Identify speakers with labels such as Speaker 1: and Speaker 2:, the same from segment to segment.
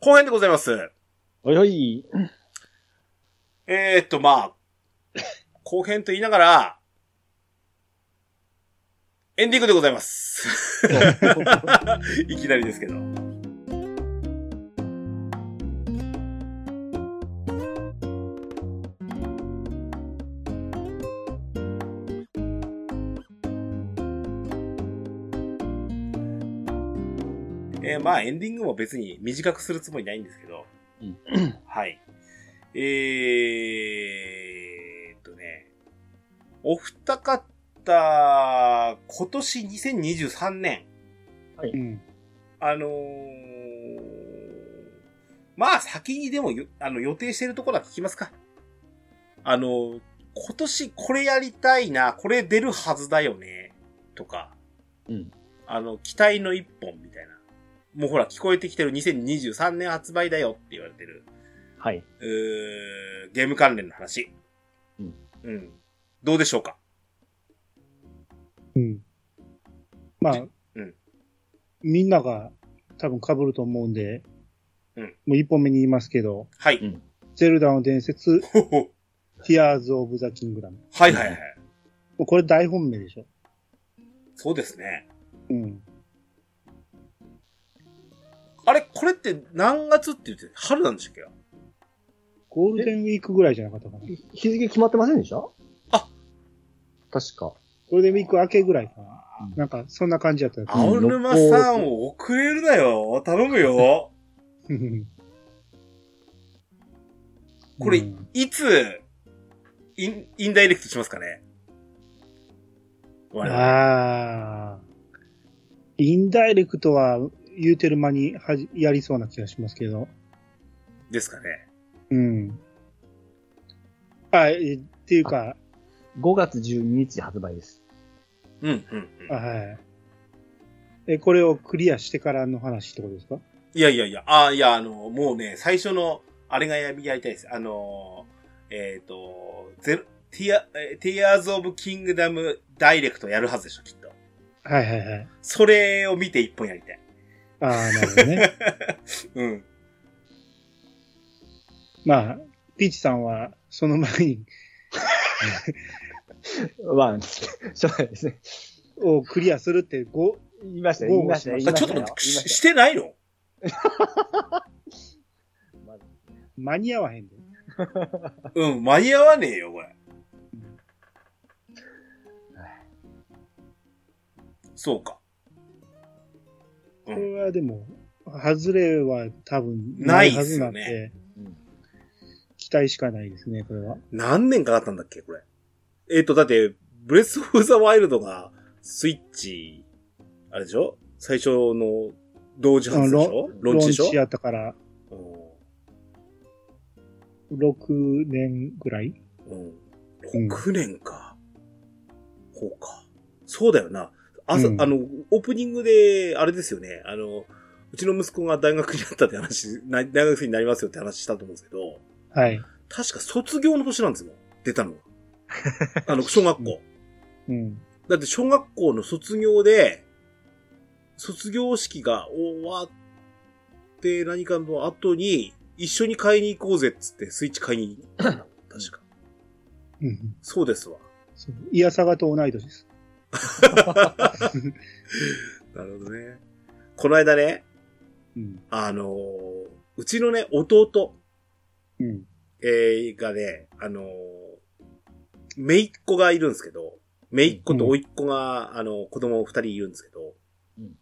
Speaker 1: 後編でございます。
Speaker 2: おいおい。
Speaker 1: えー、っと、 まあ、後編と言いながら、エンディングでございます。 いきなりですけど。えーまあエンディングも別に短くするつもりないんですけど。
Speaker 2: うん
Speaker 1: はい。えーっとね。お二方、今年2023年、
Speaker 3: うん。
Speaker 1: あのーまあ先にでもよあの予定してるところは聞きますか。あのー今年これやりたいな、これ出るはずだよね、とか、
Speaker 2: うん
Speaker 1: あの、期待の一本みたいな。もうほら、聞こえてきてる2023年発売だよって言われてる、
Speaker 2: はい。
Speaker 1: うーゲーム関連の話。
Speaker 2: うん。
Speaker 1: うん。どうでしょうか
Speaker 3: うん。まあ、
Speaker 1: うん
Speaker 3: みんなが多分被ると思うんで、
Speaker 1: うん
Speaker 3: もう一本目に言いますけど、
Speaker 1: はい。
Speaker 2: うん
Speaker 3: ゼルダの伝説、
Speaker 1: ほほ
Speaker 3: ティアーズ・オブ・ザ・キングダム。
Speaker 1: はいはいはい。
Speaker 3: もうこれ大本命でしょ。
Speaker 1: そうですね。
Speaker 3: うん。
Speaker 1: あれ、これって何月って言って、春なんでしたっけ
Speaker 3: ゴールデンウィークぐらいじゃなかったかな。ゴ
Speaker 2: 日付決まってませんでした
Speaker 1: あ
Speaker 2: 確か。
Speaker 3: ールデンウィーク明けぐらいかな。
Speaker 2: うん
Speaker 3: なんか、そんな感じだったよ。
Speaker 1: 青沼さんを遅れるなよ。頼む よ。 これ
Speaker 3: うん
Speaker 1: いつ、イン、インダイレクトしますかね我々
Speaker 3: ああ。インダイレクトは言うてる間にはじやりそうな気がしますけど。
Speaker 1: ですかね。
Speaker 3: うん。あ、えっていうか、
Speaker 2: 5月12日発売です。
Speaker 1: うん、うん、うん。
Speaker 3: あはい。え、これをクリアしてからの話ってことですか
Speaker 1: いやいやいや、ああ、いや、あの、もうね、最初の、あれがやりやりたいです。あのー、えっ、と、ゼロ、ティア、えーティアーズ・オブ・キングダム・ダイレクトやるはずでしょ、きっと。
Speaker 3: はいはいはい。
Speaker 1: それを見て一本やりたい。
Speaker 3: ああ、なるほ どね。
Speaker 1: うん。
Speaker 3: まあ、ピーチさんは、その前に、
Speaker 2: まあ、しょうがないですね。
Speaker 3: をクリアするって、ご、
Speaker 2: 言いましたよ、
Speaker 3: 豪
Speaker 2: 言い
Speaker 3: 語
Speaker 2: ました
Speaker 3: し
Speaker 2: よ。
Speaker 3: まし
Speaker 1: あ
Speaker 3: た
Speaker 2: 言いま
Speaker 1: ちょったと待
Speaker 2: しよ
Speaker 1: って、
Speaker 2: 言いま
Speaker 1: しし
Speaker 2: して
Speaker 1: ないの
Speaker 2: たよまず
Speaker 3: 間に合わへんで。
Speaker 1: うん、間に合わねえよ、これ。そうか。
Speaker 3: これはでも、外れは多分、
Speaker 1: ない
Speaker 3: は
Speaker 1: っす
Speaker 3: ずな
Speaker 1: よ
Speaker 3: ん
Speaker 1: ね
Speaker 3: で、
Speaker 2: うん
Speaker 3: 期待しかないですね、これは。
Speaker 1: 何年かかったんだっけ、これ。えっ、と、だって、ブレスオブザワイルドが、スイッチ、あれでしょ最初の、同時発売でしょローンチでしょ
Speaker 3: ロンチやったから、6年ぐらい
Speaker 1: うん。6年か。ほうか。そうだよな。朝、
Speaker 3: うん
Speaker 1: あの、オープニングで、あれですよね。あの、うちの息子が大学になったって話、な大学生になりますよって話したと思うんですけど、
Speaker 3: はい。
Speaker 1: 確か卒業の年なんですよ。出たの が。あの、小学校。
Speaker 3: うん。
Speaker 1: だって小学校の卒業で、卒業式が終わって何かの後に、一緒に買いに行こうぜっつってスイッチ買いに行ったの。確か。
Speaker 3: うん。
Speaker 1: そうですわ。
Speaker 3: そういやさがと同い年です。
Speaker 1: なるほどね。この間ね、
Speaker 3: うん。
Speaker 1: あのーうちのね、弟、
Speaker 3: うん。
Speaker 1: えーがね、あのー、めいっ子がいるんですけど、めいっ子とおいっ子が、あの、子供二人いるんですけど、
Speaker 2: うん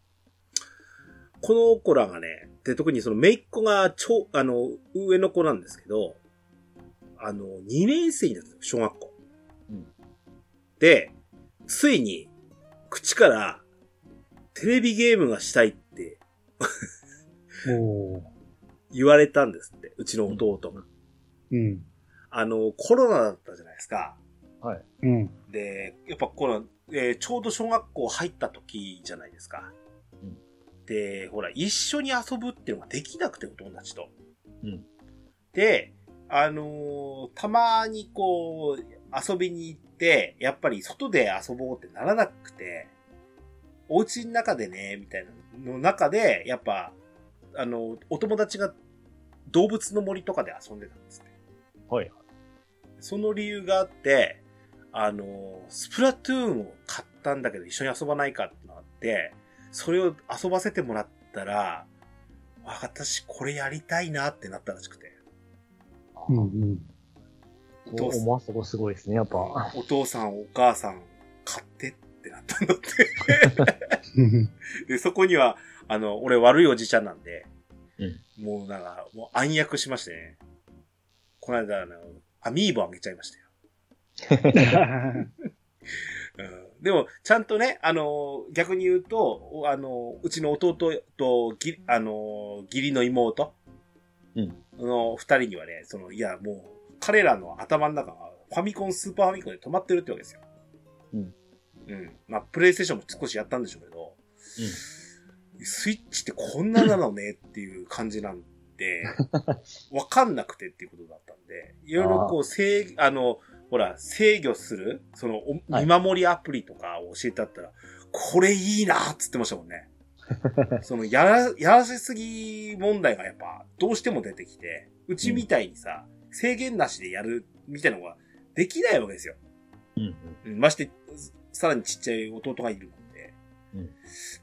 Speaker 1: この子らがね、で、特にそのめいっ子が、ちょ、あの、上の子なんですけど、あの、2年生になったの小学校。
Speaker 2: うん
Speaker 1: で、ついに、口から、テレビゲームがしたいって
Speaker 3: おー
Speaker 1: 言われたんですって、うちの弟が。
Speaker 3: うん。
Speaker 1: あの、コロナだったじゃないですか。
Speaker 3: うん。
Speaker 1: で、やっぱこの、えーちょうど小学校入った時じゃないですか。
Speaker 2: うん
Speaker 1: で、ほら、一緒に遊ぶっていうのができなくて、お友達と。
Speaker 2: うん
Speaker 1: で、あのーたまにこう、遊びに行って、やっぱり外で遊ぼうってならなくて、お家の中でね、みたいなの中で、やっぱ、あの、お友達が動物の森とかで遊んでたんですね。
Speaker 2: はい。
Speaker 1: その理由があって、あの、スプラトゥーンを買ったんだけど一緒に遊ばないかってなって、それを遊ばせてもらったら、あ私これやりたいなってなったらしくて。
Speaker 3: うんうん。
Speaker 1: どうす
Speaker 2: 思わそこすごいですね、やっぱ。
Speaker 1: お父さんお母さん買ってってなったんだって。
Speaker 3: うん
Speaker 1: で、そこには、あの、俺悪いおじちゃんなんで、
Speaker 2: うん
Speaker 1: もうなんか、もう暗躍しましてね。この間、あの、アミーボあげちゃいましたよ。うん、でも、ちゃんとね、あの、逆に言うと、おあの、うちの弟と、ぎあの、義理の妹
Speaker 2: うん。
Speaker 1: の二人にはね、その、いや、もう、彼らの頭の中は、ファミコン、スーパーファミコンで止まってるってわけですよ。
Speaker 2: うん。
Speaker 1: うん。まあ、プレイステーションも少しやったんでしょうけど、スイッチってこんななのねっていう感じなん で、わかんなくてっていうことだったんで、いろいろこう、制、あの、ほら、制御する、その、お
Speaker 2: はい
Speaker 1: 見守りアプリとかを教えてあったら、これいいなっつってましたもんね。 その、やら、やらせすぎ問題がやっぱ、どうしても出てきて、うちみたいにさ、制限なしでやるみたいなのができないわけですよ。
Speaker 2: うん。うん。
Speaker 1: うんまして、さらにちっちゃい弟がいるもんで。
Speaker 2: うん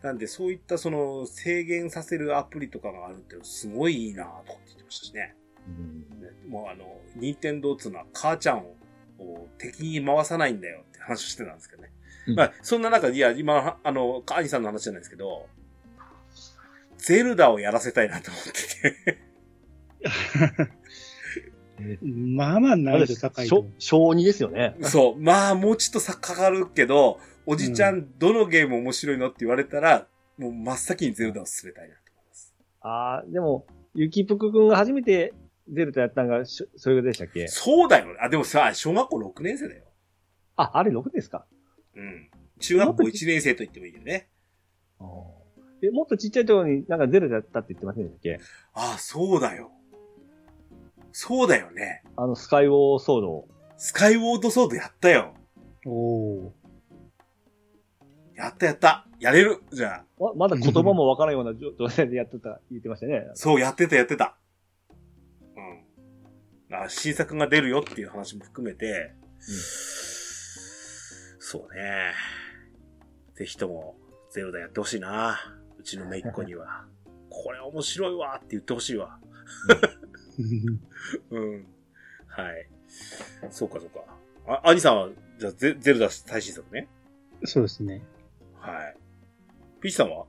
Speaker 1: なんで、そういったその制限させるアプリとかがあるってすごいいいなぁとかって言ってましたしね。
Speaker 2: うん。
Speaker 1: もうあの、任天堂っつうのは母ちゃんをこう敵に回さないんだよって話をしてたんですけどね。
Speaker 2: うん
Speaker 1: まあ、そんな中、いや、今、あの、兄さんの話じゃないですけど、ゼルダをやらせたいなと思ってて。
Speaker 3: まあまあ難易度高い
Speaker 2: 小
Speaker 3: と思う。
Speaker 2: 小2ですよね。
Speaker 1: そう。 まあ、もうちょっとさ、かかるけど、おじちゃん、どのゲーム面白いのって言われたら、もう真っ先にゼルダを進めたいなと思います。
Speaker 2: ああ、でも、ゆきぷくくんが初めてゼルダやったのが、しょそういうことでしたっけ
Speaker 1: そうだよね。あ、でもさ、小学校6年生だよ。
Speaker 2: あ、あれ6ですか
Speaker 1: うん。中学校1年生と言ってもいいよね。
Speaker 2: え、もっとちっちゃいところになんかゼルダやったって言ってませんでしたっけ
Speaker 1: あそうだよ。そうだよね。
Speaker 2: あの、スカイウォーソードを。
Speaker 1: スカイウォードソードやったよ。
Speaker 3: お
Speaker 1: やったやった。やれる。じゃあ。
Speaker 2: ままだ言葉もわからんような状状態でやってた、言ってましたね。
Speaker 1: そう、やってたやってた。うん。あ新作が出るよっていう話も含めて、そうね。ぜひとも、ゼロダやってほしいな。うちのめいっ子に は。これ面白いわって言ってほしいわ。
Speaker 3: ー
Speaker 1: うん。はい。そうか、そうか。あ、兄さんは、じゃあゼ、ゼルダ最新作ね。
Speaker 3: そうですね。
Speaker 1: はい。ピーチさんは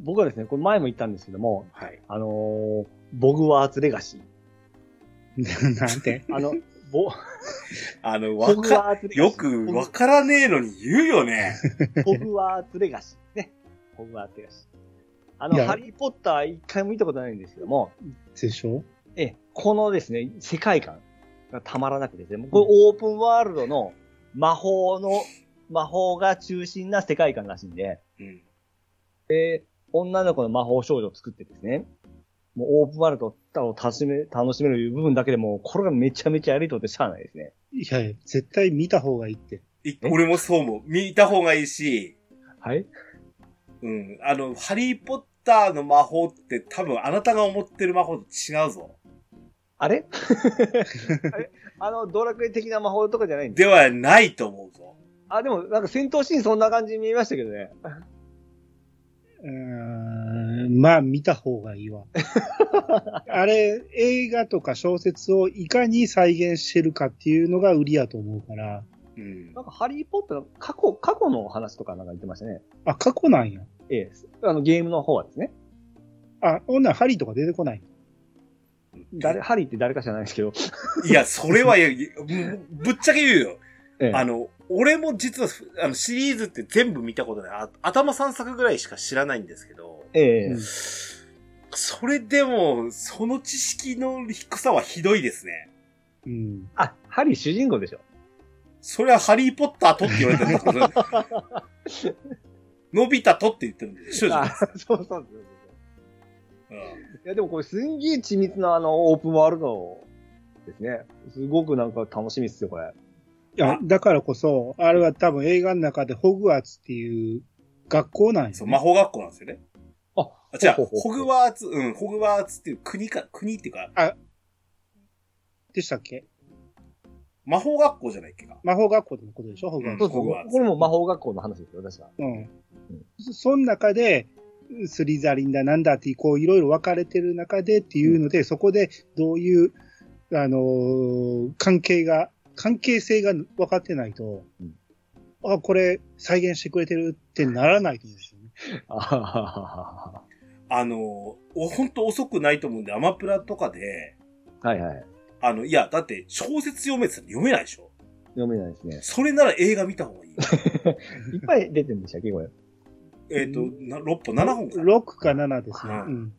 Speaker 2: 僕はですね、これ前も言ったんですけども、
Speaker 1: はい。
Speaker 2: あのーボグワーツレガシー。
Speaker 3: なんて
Speaker 2: あの、ボ、
Speaker 1: あの、わ
Speaker 2: ボグ
Speaker 1: か、
Speaker 2: ワーツレガシー。
Speaker 1: よくわからねえのに言うよね。
Speaker 2: ホグワーツレガシーね。ホグワーツレガシー。あ
Speaker 3: い
Speaker 2: の、
Speaker 3: や
Speaker 2: ハリーポッター一回も見たことないんですけども、
Speaker 3: でしょ
Speaker 2: ええ、このですね、世界観がたまらなくてですね、もうこれオープンワールドの魔法の、魔法が中心な世界観らしいんで、
Speaker 1: うん。
Speaker 2: 女の子の魔法少女を作ってですね、もうオープンワールドを楽しめ、楽しめる部分だけでもう、これがめちゃめちゃやりとってしゃあないですね。
Speaker 3: いやいや、絶対見た方がいいって。
Speaker 1: い俺もそう思う。見た方がいいし、
Speaker 2: はい
Speaker 1: うん。あの、ハリーポッターの魔法って多分あなたが思ってる魔法と違うぞ。
Speaker 2: あれ あれあの、ドラクエ的な魔法とかじゃないんで。
Speaker 1: ではないと思うぞ。
Speaker 2: あ、でも、なんか戦闘シーンそんな感じに見えましたけどね。
Speaker 3: うーんまあ、見た方がいいわ。あれ、映画とか小説をいかに再現してるかっていうのが売りやと思うから。
Speaker 1: うん
Speaker 2: な。んか、ハリーポッターの過去、過去の話とかなんか言ってましたね。
Speaker 3: あ、過去なんや。
Speaker 2: ええ、あの、ゲームの方はですね。
Speaker 3: あ、女ハリーとか出てこない。
Speaker 2: 誰、ハリーって誰か知らないですけど。
Speaker 1: いや、それは、いやいやぶぶっちゃけ言うよ。
Speaker 2: ええ、
Speaker 1: あの、俺も実は、あの、シリーズって全部見たことない。あ頭3作ぐらいしか知らないんですけど、
Speaker 2: ええ
Speaker 3: うん
Speaker 1: それでも、その知識の低さはひどいですね。
Speaker 3: うん。
Speaker 2: あ、ハリー主人公でしょ。
Speaker 1: それはハリーポッターとって言われてるんですけど、 のび太とって言ってるんでしょ、じゃ
Speaker 2: あ
Speaker 1: あ、
Speaker 2: そうそうそうそう。
Speaker 1: うん
Speaker 2: いや、でもこれすんげえ緻密なあの、オープンワールドですね。すごくなんか楽しみっすよ、これ。
Speaker 3: いや、だからこそ、あれは多分映画の中でホグワーツっていう学校なんや、ね。
Speaker 1: そう、魔法学校なんですよね。
Speaker 2: あ、
Speaker 1: あ、違
Speaker 2: ほ
Speaker 1: う
Speaker 2: ほ、ほ
Speaker 1: ホグワーツ、うん、ホグワーツっていう国か、国っていうか、
Speaker 3: でしたっけ
Speaker 1: 魔法学校じゃないっけか。
Speaker 3: 魔法学校のことでしょ、ホグワーツ
Speaker 2: そう
Speaker 1: ホグワ
Speaker 2: そ
Speaker 1: ー
Speaker 2: う。
Speaker 1: ツ
Speaker 2: これも魔法学校の話ですよ、確か。
Speaker 3: うん。そその中で、スリザリンだなんだって、こういろいろ分かれてる中でっていうので、そこでどういう、あのー関係が、関係性が分かってないと、
Speaker 2: うん
Speaker 3: あ、これ再現してくれてるってならないと思うんですよね。
Speaker 2: あははは
Speaker 1: あの、おほんと遅くないと思うんで、アマプラとかで、
Speaker 2: は。はいはい。
Speaker 1: あの、いや、だって小説読めてたら読めないでしょ
Speaker 2: 読めないですね。
Speaker 1: それなら映画見た方がい い。
Speaker 2: いっぱい出てるんでしたっけ、これ。
Speaker 1: えっ、と、な6本、7本かな。
Speaker 3: 6か7ですね。
Speaker 1: うん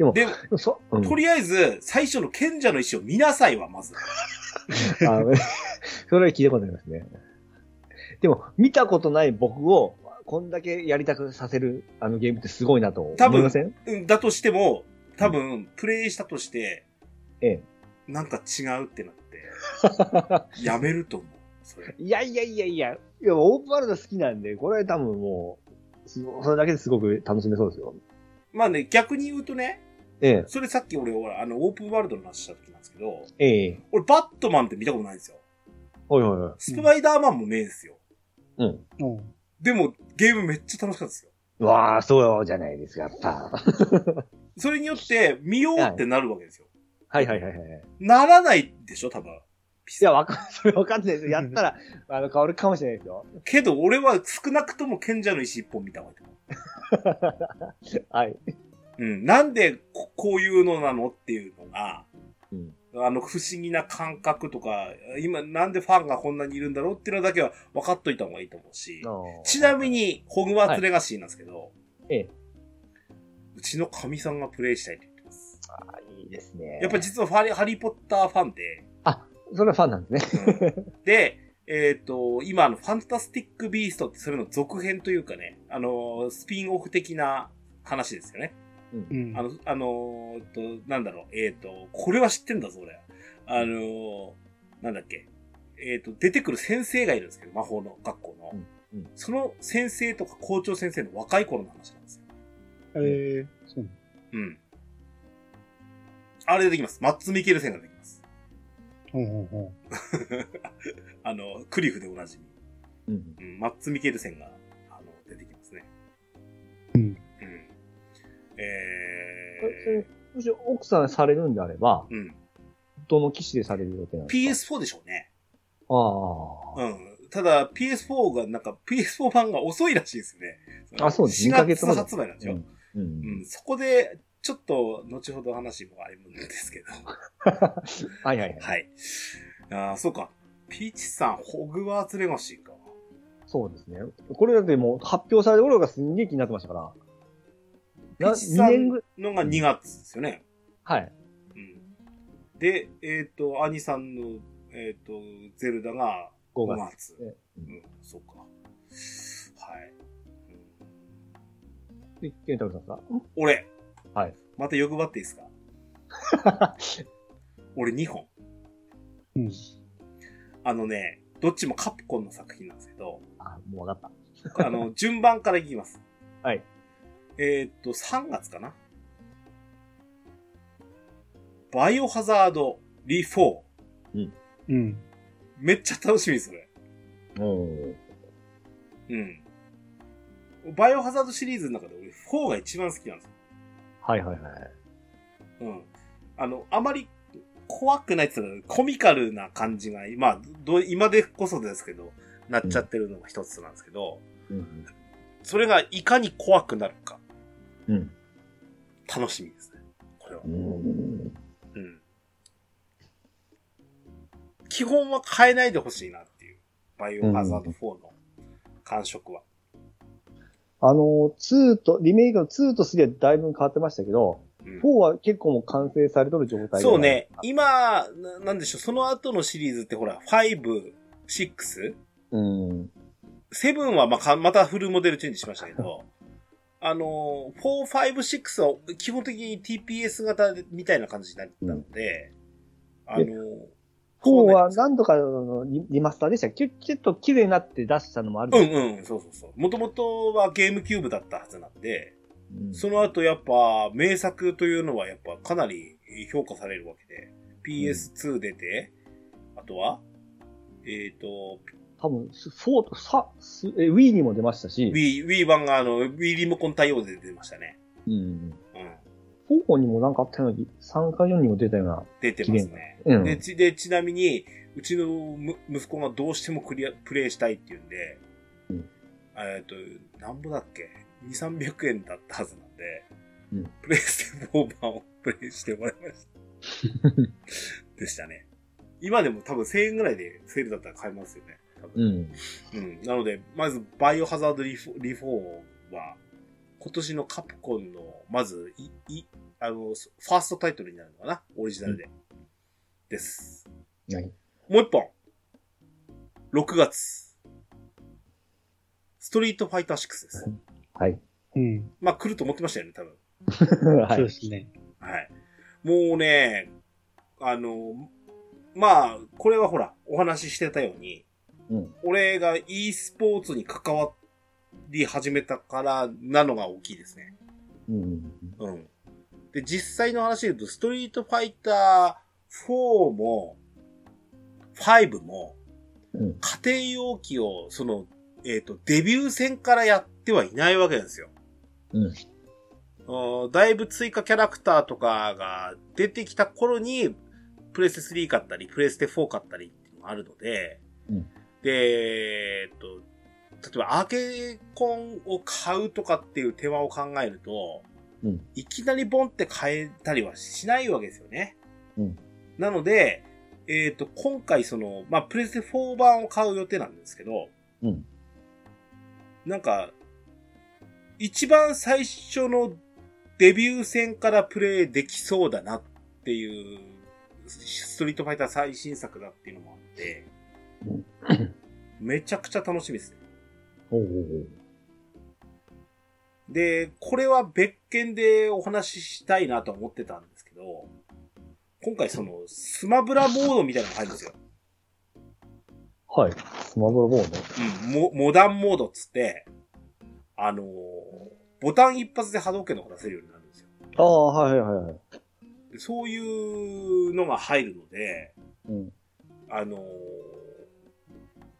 Speaker 3: うん。
Speaker 1: で、
Speaker 2: そ、うん
Speaker 1: とりあえず、最初の賢者の石を見なさいは、まず。
Speaker 2: あ のそれは聞いたことありますね。でも、見たことない僕を、こんだけやりたくさせる、あのゲームってすごいなと思
Speaker 1: 多分
Speaker 2: いません
Speaker 1: うん、だとしても、多分、プレイしたとして、
Speaker 2: ええ。
Speaker 1: なんか違うってなって、やめると思う。それ。
Speaker 2: いやいやいやいや、いや、オープンワールド好きなんで、これ多分もう、すごそれだけですごく楽しめそうですよ。
Speaker 1: まあね、逆に言うとね、
Speaker 2: ええ、
Speaker 1: それさっき俺、ほら、あの、オープンワールドの話した時なんですけど、
Speaker 2: ええ、
Speaker 1: 俺、バットマンって見たことないんですよ。
Speaker 2: はいはいはい。
Speaker 1: スパイダーマンもねえんですよ。
Speaker 2: うん。
Speaker 3: うん
Speaker 1: でも、ゲームめっちゃ楽しかったですよ。
Speaker 2: わあ、そうじゃないですか、やっぱ。
Speaker 1: それによって、見ようってなるわけですよ。
Speaker 2: はいはいはいはい。
Speaker 1: ならないでしょ、多分。
Speaker 2: いや、わかん、 それわかんないです。やったら、あの、変わるかもしれないですよ。
Speaker 1: けど、俺は少なくとも賢者の石一本見た方がいいと思
Speaker 2: はい。
Speaker 1: う。うん。なんでこ、こういうのなのっていうのが、
Speaker 2: うん。
Speaker 1: あの、不思議な感覚とか、今、なんでファンがこんなにいるんだろうっていうのだけは分かっといた方がいいと思うし、ちなみ、に、ホグワーツレガシーなんですけど、
Speaker 2: ええ。
Speaker 1: うちの神さんがプレイしたいと言ってます。
Speaker 2: あいいですね。
Speaker 1: やっぱり実はファリハリーポッターファンで、
Speaker 2: それはファンなんですね。
Speaker 1: で、えっ、と、今、あの、ファンタスティック・ビーストってそれの続編というかね、あの、スピンオフ的な話ですよね。
Speaker 3: うん。
Speaker 1: あの、あのーっと、なんだろう、えっ、と、これは知ってんだぞ、俺。あのーなんだっけ。えっ、と、出てくる先生がいるんですけど、魔法の学校の。
Speaker 2: うんうん
Speaker 1: その先生とか校長先生の若い頃の話なんですよ。
Speaker 3: えー、そう
Speaker 1: うん。あれでできます。マッツ・ミケルセンができます。
Speaker 3: ほうほうほ
Speaker 1: あの、クリフでおなじみ。
Speaker 2: うん。
Speaker 1: うん、マッツ・ミケルセンが、あの、出てきますね。
Speaker 3: うん
Speaker 1: うん。
Speaker 2: それ
Speaker 1: え
Speaker 2: もし奥さんされるんであれば、
Speaker 1: ー、うん。
Speaker 2: どの機種でされる予定なんですか
Speaker 1: PS4 でしょうね。
Speaker 2: PS。あ
Speaker 1: うん。ただ PS4 が、なんか PS4 版が遅いらしいですね。
Speaker 2: あそうです
Speaker 1: 4
Speaker 2: 2ヶ月
Speaker 1: 月
Speaker 2: 前
Speaker 1: 発売なんです
Speaker 2: あ。
Speaker 1: よ。
Speaker 2: う。
Speaker 1: うんん。そこで、ちょっと、後ほど話もあれなんですけど。
Speaker 2: はいはいはい。
Speaker 1: はい。ああ、そうか。ピーチさん、ホグワーツレガシーか。
Speaker 2: そうですね。これだってもう発表される頃がすんげえ気になってましたから。
Speaker 1: ピ
Speaker 2: な
Speaker 1: ーチさ
Speaker 2: 二年
Speaker 1: ん
Speaker 2: ぐ
Speaker 1: のが2月ですよね。
Speaker 2: はい。
Speaker 1: うん。で、えっ、と、兄さんの、えっ、と、ゼルダが
Speaker 2: 5
Speaker 1: 5
Speaker 2: 月。
Speaker 1: 月。
Speaker 2: ね
Speaker 1: う
Speaker 2: うん
Speaker 1: ん、そうか。はい。うん
Speaker 2: で、ケンタロウさんですか
Speaker 1: 俺。
Speaker 2: はい。
Speaker 1: また欲張っていいですか 俺2本。
Speaker 3: う。うん。
Speaker 1: あのね、どっちもカプコンの作品なんですけど、
Speaker 2: あ、もうわかっ
Speaker 1: あ の、順番からいきます。
Speaker 2: はい。
Speaker 1: えーっと、3月かなバイオハザードリフォー。
Speaker 3: うん。
Speaker 1: めっちゃ楽しみです、それ。
Speaker 2: た。うん。
Speaker 1: うん。バイオハザードシリーズの中で俺4が一番好きなんですよ。
Speaker 2: はいはいはい。
Speaker 1: うん。あの、あまり怖くないって言ったらコミカルな感じが、まあ、ど今でこそですけど、なっちゃってるのが一つなんですけど、
Speaker 2: うん。
Speaker 1: それがいかに怖くなるか、
Speaker 2: うん。
Speaker 1: 楽しみですね。これは
Speaker 2: う。ん。
Speaker 1: うん。基本は変えないでほしいなっていう、バイオハザード4の感触は。
Speaker 2: あの、2と、リメイクの2と3はだいぶ変わってましたけど、
Speaker 1: うん
Speaker 2: 4は結構もう完成されとる状態では
Speaker 1: そうね。。今、ななんでしょう、その後のシリーズってほら、5、6、
Speaker 2: うん。
Speaker 1: セブンはまあかまたフルモデルチェンジしましたけど、あのー、4、5、6は基本的に TPS 型みたいな感じになったので、あのー、そうな
Speaker 2: 4は
Speaker 1: ります
Speaker 2: 何度かのリリマスターでしたっけちょちょっと綺麗になって出したのもある
Speaker 1: うんうん、そうそうそう。もともとはゲームキューブだったはずなんで、
Speaker 2: うん
Speaker 1: その後やっぱ名作というのはやっぱかなり評価されるわけで。PS2 出て、あとは、えっ、と、
Speaker 2: 多分、すフォーと、さ、すえ、Wii にも出ましたし、
Speaker 1: Wii、Wii 版があの、Wii リモコン対応で出てましたね。
Speaker 2: うん。
Speaker 1: うん。
Speaker 2: 4にもなんかあったような気、3か4にも出たような。
Speaker 1: 出てますね。
Speaker 2: うん。
Speaker 1: で、ち、で、ちなみに、うちのむ息子がどうしてもクリア、プレイしたいっていうんで、
Speaker 2: うん
Speaker 1: えっと、なんぼだっけ ?2、300円だったはずなんで、
Speaker 2: うん
Speaker 1: プレイステ4版をプレイしてもらいました。 でしたね。今でも多分1000円ぐらいでセールだったら買えますよね。多
Speaker 2: う
Speaker 1: 分
Speaker 2: ん。
Speaker 1: うん。なので、まず、バイオハザードリフォリフォーは、今年のカプコンの、まず、い、い、あの、ファーストタイトルになるのかなオリジナルで。です。
Speaker 2: 何
Speaker 1: もう一本。6月。ストリートファイター6です。
Speaker 2: はい。
Speaker 3: うん。
Speaker 1: まあ、来ると思ってましたよね、多分。
Speaker 2: は
Speaker 3: そう
Speaker 2: い
Speaker 3: で。すね。
Speaker 1: はい。もうね、あの、まあ、これはほら、お話ししてたように、
Speaker 2: うん
Speaker 1: 俺が e スポーツに関わり始めたからなのが大きいですね。
Speaker 2: うん。
Speaker 1: うん。で、実際の話で言うと、ストリートファイター4も、5も、
Speaker 2: うん
Speaker 1: 家庭用機を、その、えっ、と、デビュー戦からやってはいないわけなんですよ。
Speaker 2: うん
Speaker 1: うん。だいぶ追加キャラクターとかが出てきた頃に、プレステ3買ったり、プレステ4買ったりっていうのがあるので、
Speaker 2: うん
Speaker 1: で、えっ、と、例えばアーケコンを買うとかっていう手間を考えると、
Speaker 2: うん
Speaker 1: いきなりボンって変えたりはしないわけですよね。
Speaker 2: うん
Speaker 1: なので、えっ、と、今回その、まあ、プレステ4版を買う予定なんですけど、
Speaker 2: うん
Speaker 1: なんか、一番最初のデビュー戦からプレイできそうだなっていう、ストリートファイター最新作だっていうのもあって、めちゃくちゃ楽しみですね。
Speaker 2: おお。
Speaker 1: で、これは別件でお話ししたいなと思ってたんですけど、今回その、スマブラモードみたいなのが入るんですよ。
Speaker 2: はい。スマブラボード。
Speaker 1: うん、モモダンモードっつって、あのーボタン一発で波動拳の方が出せるようになるんですよ。
Speaker 2: ああ、はいはいはいはい。
Speaker 1: でそういうのが入るので、
Speaker 2: うん。
Speaker 1: あのー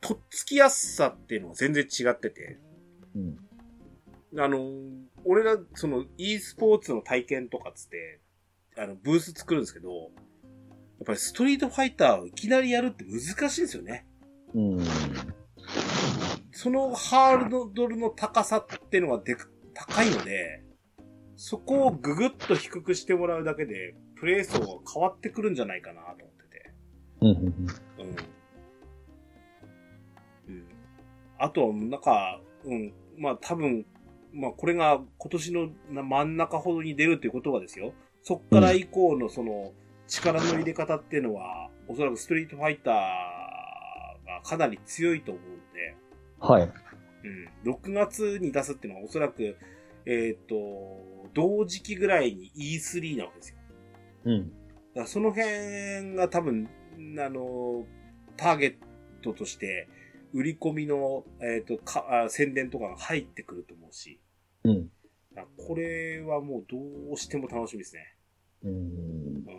Speaker 1: とっつきやすさっていうのが全然違ってて、
Speaker 2: うん。
Speaker 1: あのー俺ら、その、e スポーツの体験とかっつって、あの、ブース作るんですけど、やっぱりストリートファイターをいきなりやるって難しいんですよね。
Speaker 2: うん。
Speaker 1: そのハードルの高さっていうのがでか高いので、そこをぐぐっと低くしてもらうだけで、プレイ層が変わってくるんじゃないかなと思ってて。
Speaker 2: うん。
Speaker 1: うん。うん。あとは、なんか、うん。まあ多分、まあこれが今年のな真ん中ほどに出るということはですよ。そっから以降のその力の入れ方っていうのは、おそらくストリートファイターがかなり強いと思うので、
Speaker 2: はい。
Speaker 1: うん。6月に出すっていうのはおそらく、えっ、と、同時期ぐらいに E3 なわけですよ。
Speaker 2: うん。
Speaker 1: だからその辺が多分、あの、ターゲットとして、売り込みの、えっ、と、か、あ宣伝とかが入ってくると思うし、
Speaker 2: うん。
Speaker 1: だからこれはもうどうしても楽しみですね。
Speaker 2: うん。
Speaker 1: う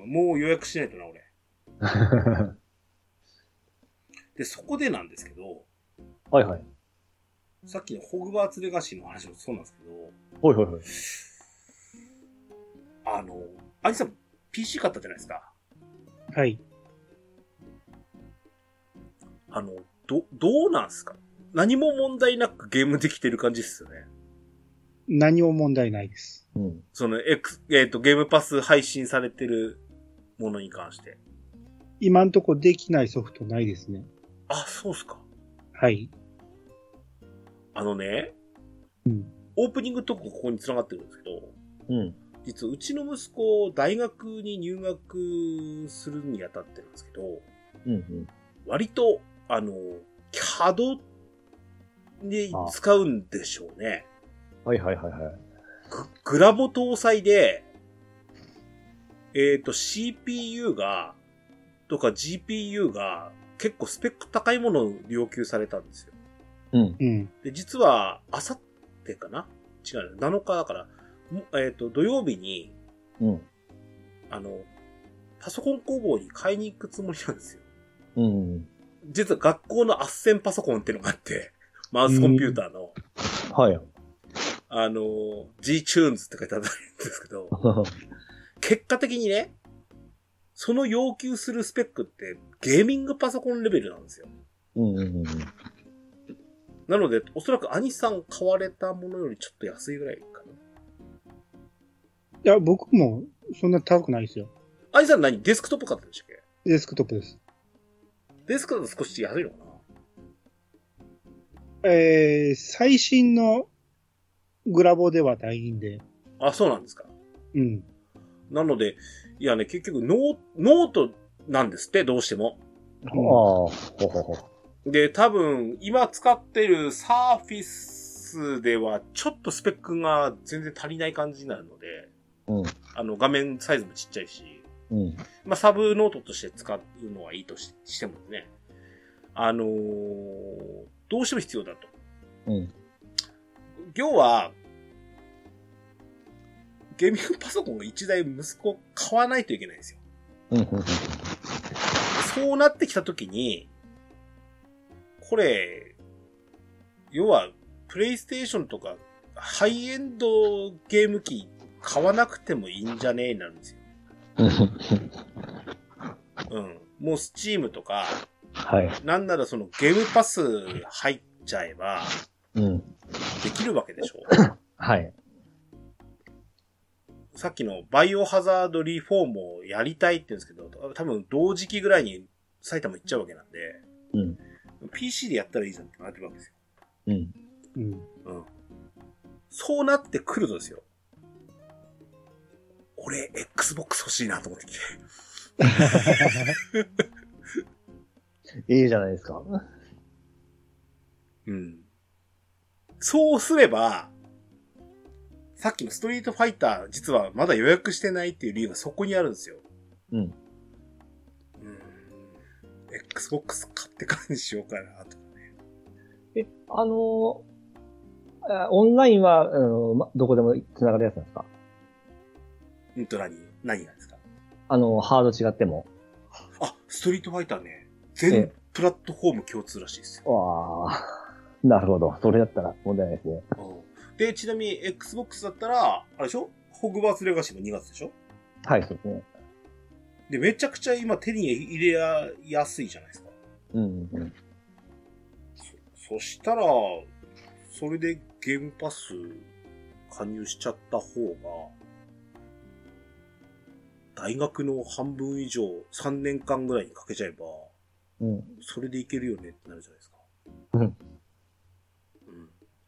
Speaker 1: んもう予約しないとな、俺。
Speaker 2: は
Speaker 1: で、そこでなんですけど、
Speaker 2: いはい。
Speaker 1: さっきのホグワーツレガシーの話もそうなんですけど、
Speaker 2: ほいほいほい。
Speaker 1: あの、アニさん PC 買ったじゃないですか。
Speaker 3: はい。
Speaker 1: あの、ど、どうなんすか何も問題なくゲームできてる感じっすよね。
Speaker 3: 何も問題ないです。
Speaker 2: うん。
Speaker 1: その、エクス、えっ、と、ゲームパス配信されてるものに関して。
Speaker 3: 今んとこできないソフトないですね。
Speaker 1: あ、そうっすか。
Speaker 3: はい。
Speaker 1: あのね、
Speaker 3: うん。
Speaker 1: オープニングトークここに繋がってるんですけど、
Speaker 2: うん。
Speaker 1: 実はうちの息子、大学に入学するにあたってなんですけど、
Speaker 2: うん。
Speaker 1: 割と、あの、CAD に使うんでしょうね。
Speaker 2: はいはいはいはい。
Speaker 1: ググラボ搭載で、えっ、と、CPU が、とか GPU が、結構スペック高いものを要求されたんですよ。
Speaker 2: うん。
Speaker 3: うん。
Speaker 1: で、実は、あさってかな違うね、7日だから、もえっ、と、土曜日に、
Speaker 2: うん。
Speaker 1: あの、パソコン工房に買いに行くつもりなんですよ。
Speaker 2: うん。
Speaker 1: 実は学校の圧線パソコンってのがあって、 マウスコンピューターの、
Speaker 2: はい。
Speaker 1: あの、G-Tunes って書いてあるんですけど、
Speaker 2: う
Speaker 1: 結果的にね、その要求するスペックってゲーミングパソコンレベルなんですよ。
Speaker 2: んうん。
Speaker 1: なので、おそらく兄さん買われたものよりちょっと安いぐらいかな。
Speaker 3: いや、僕もそんな高くないですよ。
Speaker 1: 兄さん何デスクトップ買ったんでしたっけ
Speaker 3: デスクトップです。
Speaker 1: デスクだと少し安いのかな
Speaker 3: えー、最新のグラボではないんで、
Speaker 1: あ、そうなんですか。
Speaker 3: うん。
Speaker 1: なので、いやね、結局ノー、ノートなんですって、どうしても。
Speaker 2: ああ、ほうほうほ
Speaker 1: で、多分、今使ってるサーフィスでは、ちょっとスペックが全然足りない感じになるので、
Speaker 2: う。うん。
Speaker 1: あの、画面サイズもちっちゃいし、
Speaker 2: うん。
Speaker 1: まあ、サブノートとして使うのはいいとししてもね、あのーどうしても必要だと。
Speaker 2: うん。
Speaker 1: 要は、ゲーミングパソコンを1台息子買わないといけないんですよ。
Speaker 2: うん。うん。
Speaker 1: そうなってきたときに、これ、要は、プレイステーションとか、ハイエンドゲーム機買わなくてもいいんじゃねえになるんですよ。うん。もうスチームとか、
Speaker 2: はい。
Speaker 1: なんならそのゲームパス入っちゃえば、
Speaker 2: うん。
Speaker 1: できるわけでしょ。
Speaker 2: はい。
Speaker 1: さっきのバイオハザードリフォームをやりたいって言うんですけど、多分同時期ぐらいに埼玉行っちゃうわけなんで、
Speaker 2: うん。
Speaker 1: PC でやったらいいじゃんってなってるわけですよ。
Speaker 2: うん。
Speaker 3: うん。
Speaker 1: うん。そうなってくるとですよ。俺、Xbox 欲しいなと思ってきて。
Speaker 2: いいじゃないですか。
Speaker 1: うん。そうすれば、さっきのストリートファイター、実はまだ予約してないっていう理由がそこにあるんですよ。
Speaker 2: うん。
Speaker 1: うん。Xbox 買ってからにしようかなと。
Speaker 2: え、あのーあオンラインは、あのーま、どこでも繋がるやつなんですか
Speaker 1: うんと何何がですか
Speaker 2: あのーハード違っても。
Speaker 1: あ、ストリートファイターね。
Speaker 2: え
Speaker 1: 全
Speaker 2: え
Speaker 1: プラットフォーム共通らしいですよ。
Speaker 2: わあ、なるほど。それだったら問題ないですね。
Speaker 1: うんで、ちなみに Xbox だったら、あれでしょホグワーツレガシーも2月でしょ
Speaker 2: はい、そうですね。
Speaker 1: で、めちゃくちゃ今手に入れややすいじゃないですか。
Speaker 2: うん、うん。
Speaker 1: そしたら、それでゲームパス加入しちゃった方が、大学の半分以上、3年間ぐらいにかけちゃえば、
Speaker 2: うん。
Speaker 1: それでいけるよねってなるじゃないですか。
Speaker 2: うん
Speaker 1: うん。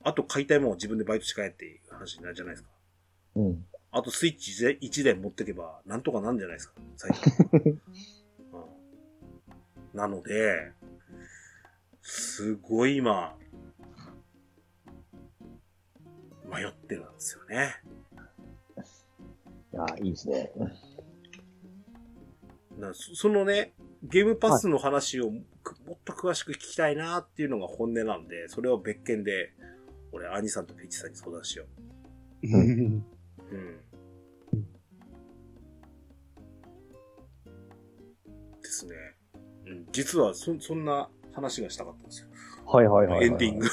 Speaker 1: あと買いたいもんは自分でバイトして帰っていう話になるじゃないですか。
Speaker 2: うん。
Speaker 1: あとスイッチ1台持ってけば、なんとかなんじゃないですか、最近は。うんなので、すごい今、迷ってるんですよね。
Speaker 2: いや、いいですね。
Speaker 1: なそそのね、ゲームパスの話をくもっと詳しく聞きたいなっていうのが本音なんで、それを別件で、俺、兄さんとピッチさんに相談しよ
Speaker 2: う
Speaker 1: う。うん。ですね。うん、実はそ、そんな話がしたかったんですよ。
Speaker 2: はいはいはい、はい。
Speaker 1: エンデ ィング。。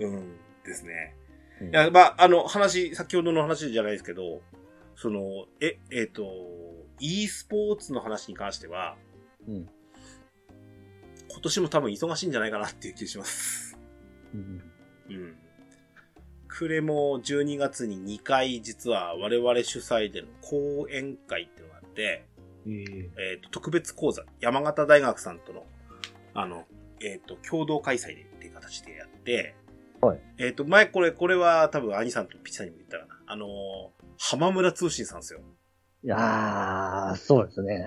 Speaker 1: うん。ですね。
Speaker 2: うん
Speaker 1: いや、まあ、あの、話、先ほどの話じゃないですけど、その、え、えっ、と、e スポーツの話に関しては、
Speaker 2: うん
Speaker 1: 今年も多分忙しいんじゃないかなっていう気がします。
Speaker 2: うん
Speaker 1: うん。暮れも12月に2回、実は我々主催での講演会っていうのがあって、
Speaker 2: え
Speaker 1: えっ、と、特別講座、山形大学さんとの、あの、えっ、と、共同開催でっていう形でやって、
Speaker 2: はい。
Speaker 1: えっ、と、前これ、これは多分兄さんとピッチさんにも言ったかな。あのー浜村通信さんですよ。
Speaker 2: ー、いやー、そうですね。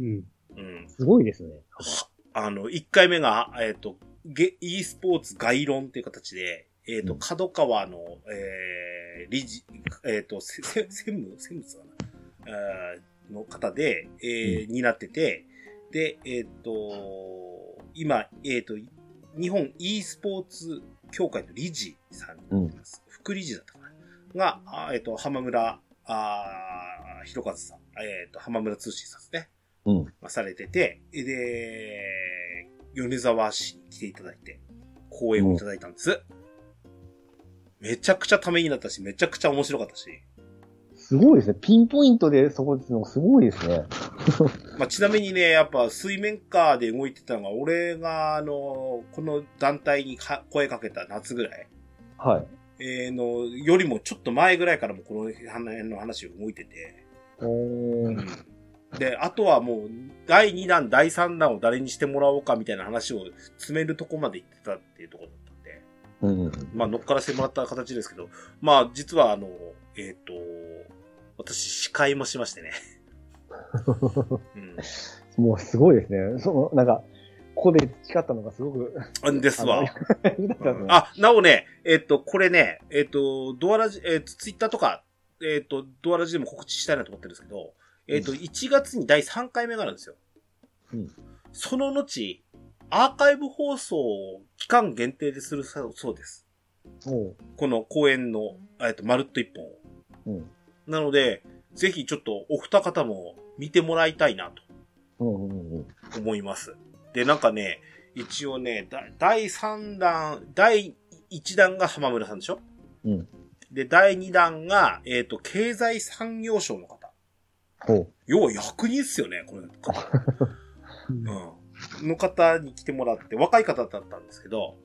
Speaker 3: うん。
Speaker 1: うん。
Speaker 2: すごいですね。
Speaker 1: はあの、1回目が、えっ、と、ゲ、e スポーツ概論っていう形で、えっ、と、
Speaker 2: うん
Speaker 1: 角川の、えー、理事、えっ、と、せ、せ、専務専務っつうかなあーの方で、えー、になってて、で、えっ、と、今、えっ、と、日本 e スポーツ協会の理事さんになります、副理事だったかな。が、あえっ、と、浜村、あー広和さん、えっ、と、浜村通信さんですね。
Speaker 2: うん
Speaker 1: がされてて、で、米沢市に来ていただいて、講演をいただいたんです。めちゃくちゃためになったし、めちゃくちゃ面白かったし。
Speaker 2: すごいですね。ピンポイントでそこですのすごいですね。
Speaker 1: まあ、ちなみにね、やっぱ水面下で動いてたのが、俺が、あの、この団体にか声かけた夏ぐらい、
Speaker 2: はい。
Speaker 1: えーの、よりもちょっと前ぐらいからもこの辺の話を動いてて、
Speaker 2: おー。
Speaker 1: で、あとはもう、第2弾、第3弾を誰にしてもらおうかみたいな話を詰めるとこまで行ってたっていうところだったんで、
Speaker 2: うん。
Speaker 1: まあ、乗っからせてもらった形ですけど、まあ、実はあの、えっ、と、私、司会もしまして ね。うん
Speaker 2: もうすごいですね。その、なんか、ここで培ったのがすごく、
Speaker 1: あ、ですわ。
Speaker 2: あのだったんですね
Speaker 1: あ、なおね、えっと、これね、えっと、ドアラジ、えっと、ツイッターとか、えっと、ドアラジでも告知したいなと思ってるんですけど、えっと、
Speaker 2: うん
Speaker 1: 1月に第3回目があるんですよ。
Speaker 2: うん
Speaker 1: その後、アーカイブ放送を期間限定でするそうそうです。
Speaker 2: も
Speaker 1: この公演の、えっと、まるっと一本を。
Speaker 2: う、うん。
Speaker 1: なので、ぜひちょっとお二方も見てもらいたいなと。
Speaker 2: うんうんうん。
Speaker 1: 思います。で、なんかね、一応ね、だ第3弾、第1弾が浜村さんでしょ
Speaker 2: うん。
Speaker 1: で、第2弾が、えっ、と、経済産業省の方。
Speaker 2: ほう。
Speaker 1: 要は役人っすよね、 これ。うん。の方に来てもらって、若い方だったんですけど、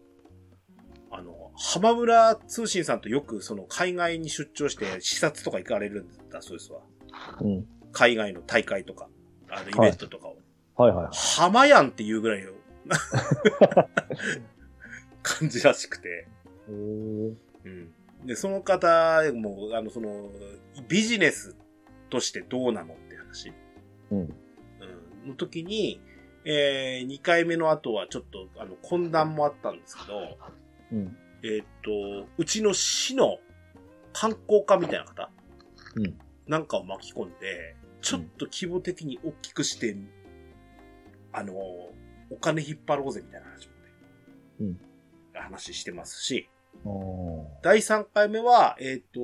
Speaker 1: あの、浜村通信さんとよくその海外に出張して視察とか行かれるんだそうですわ。
Speaker 2: うん。
Speaker 1: 海外の大会とか、あの、イベントとかを。
Speaker 2: はいはいはい。
Speaker 1: 浜やんっていうぐらいの感じらしくて。
Speaker 2: へー
Speaker 1: うん。で、その方も、あの、その、ビジネスとしてどうなのって話。
Speaker 2: うん。
Speaker 1: うん。の時に、えー、2回目の後はちょっと、あの、懇談もあったんですけど、
Speaker 2: うん。
Speaker 1: えーっと、うちの市の観光課みたいな方
Speaker 2: うん
Speaker 1: なんかを巻き込んで、ちょっと規模的に大きくして、あの、お金引っ張ろうぜみたいな話もね、話してますし、
Speaker 2: おー
Speaker 1: 第3回目は、えーっと、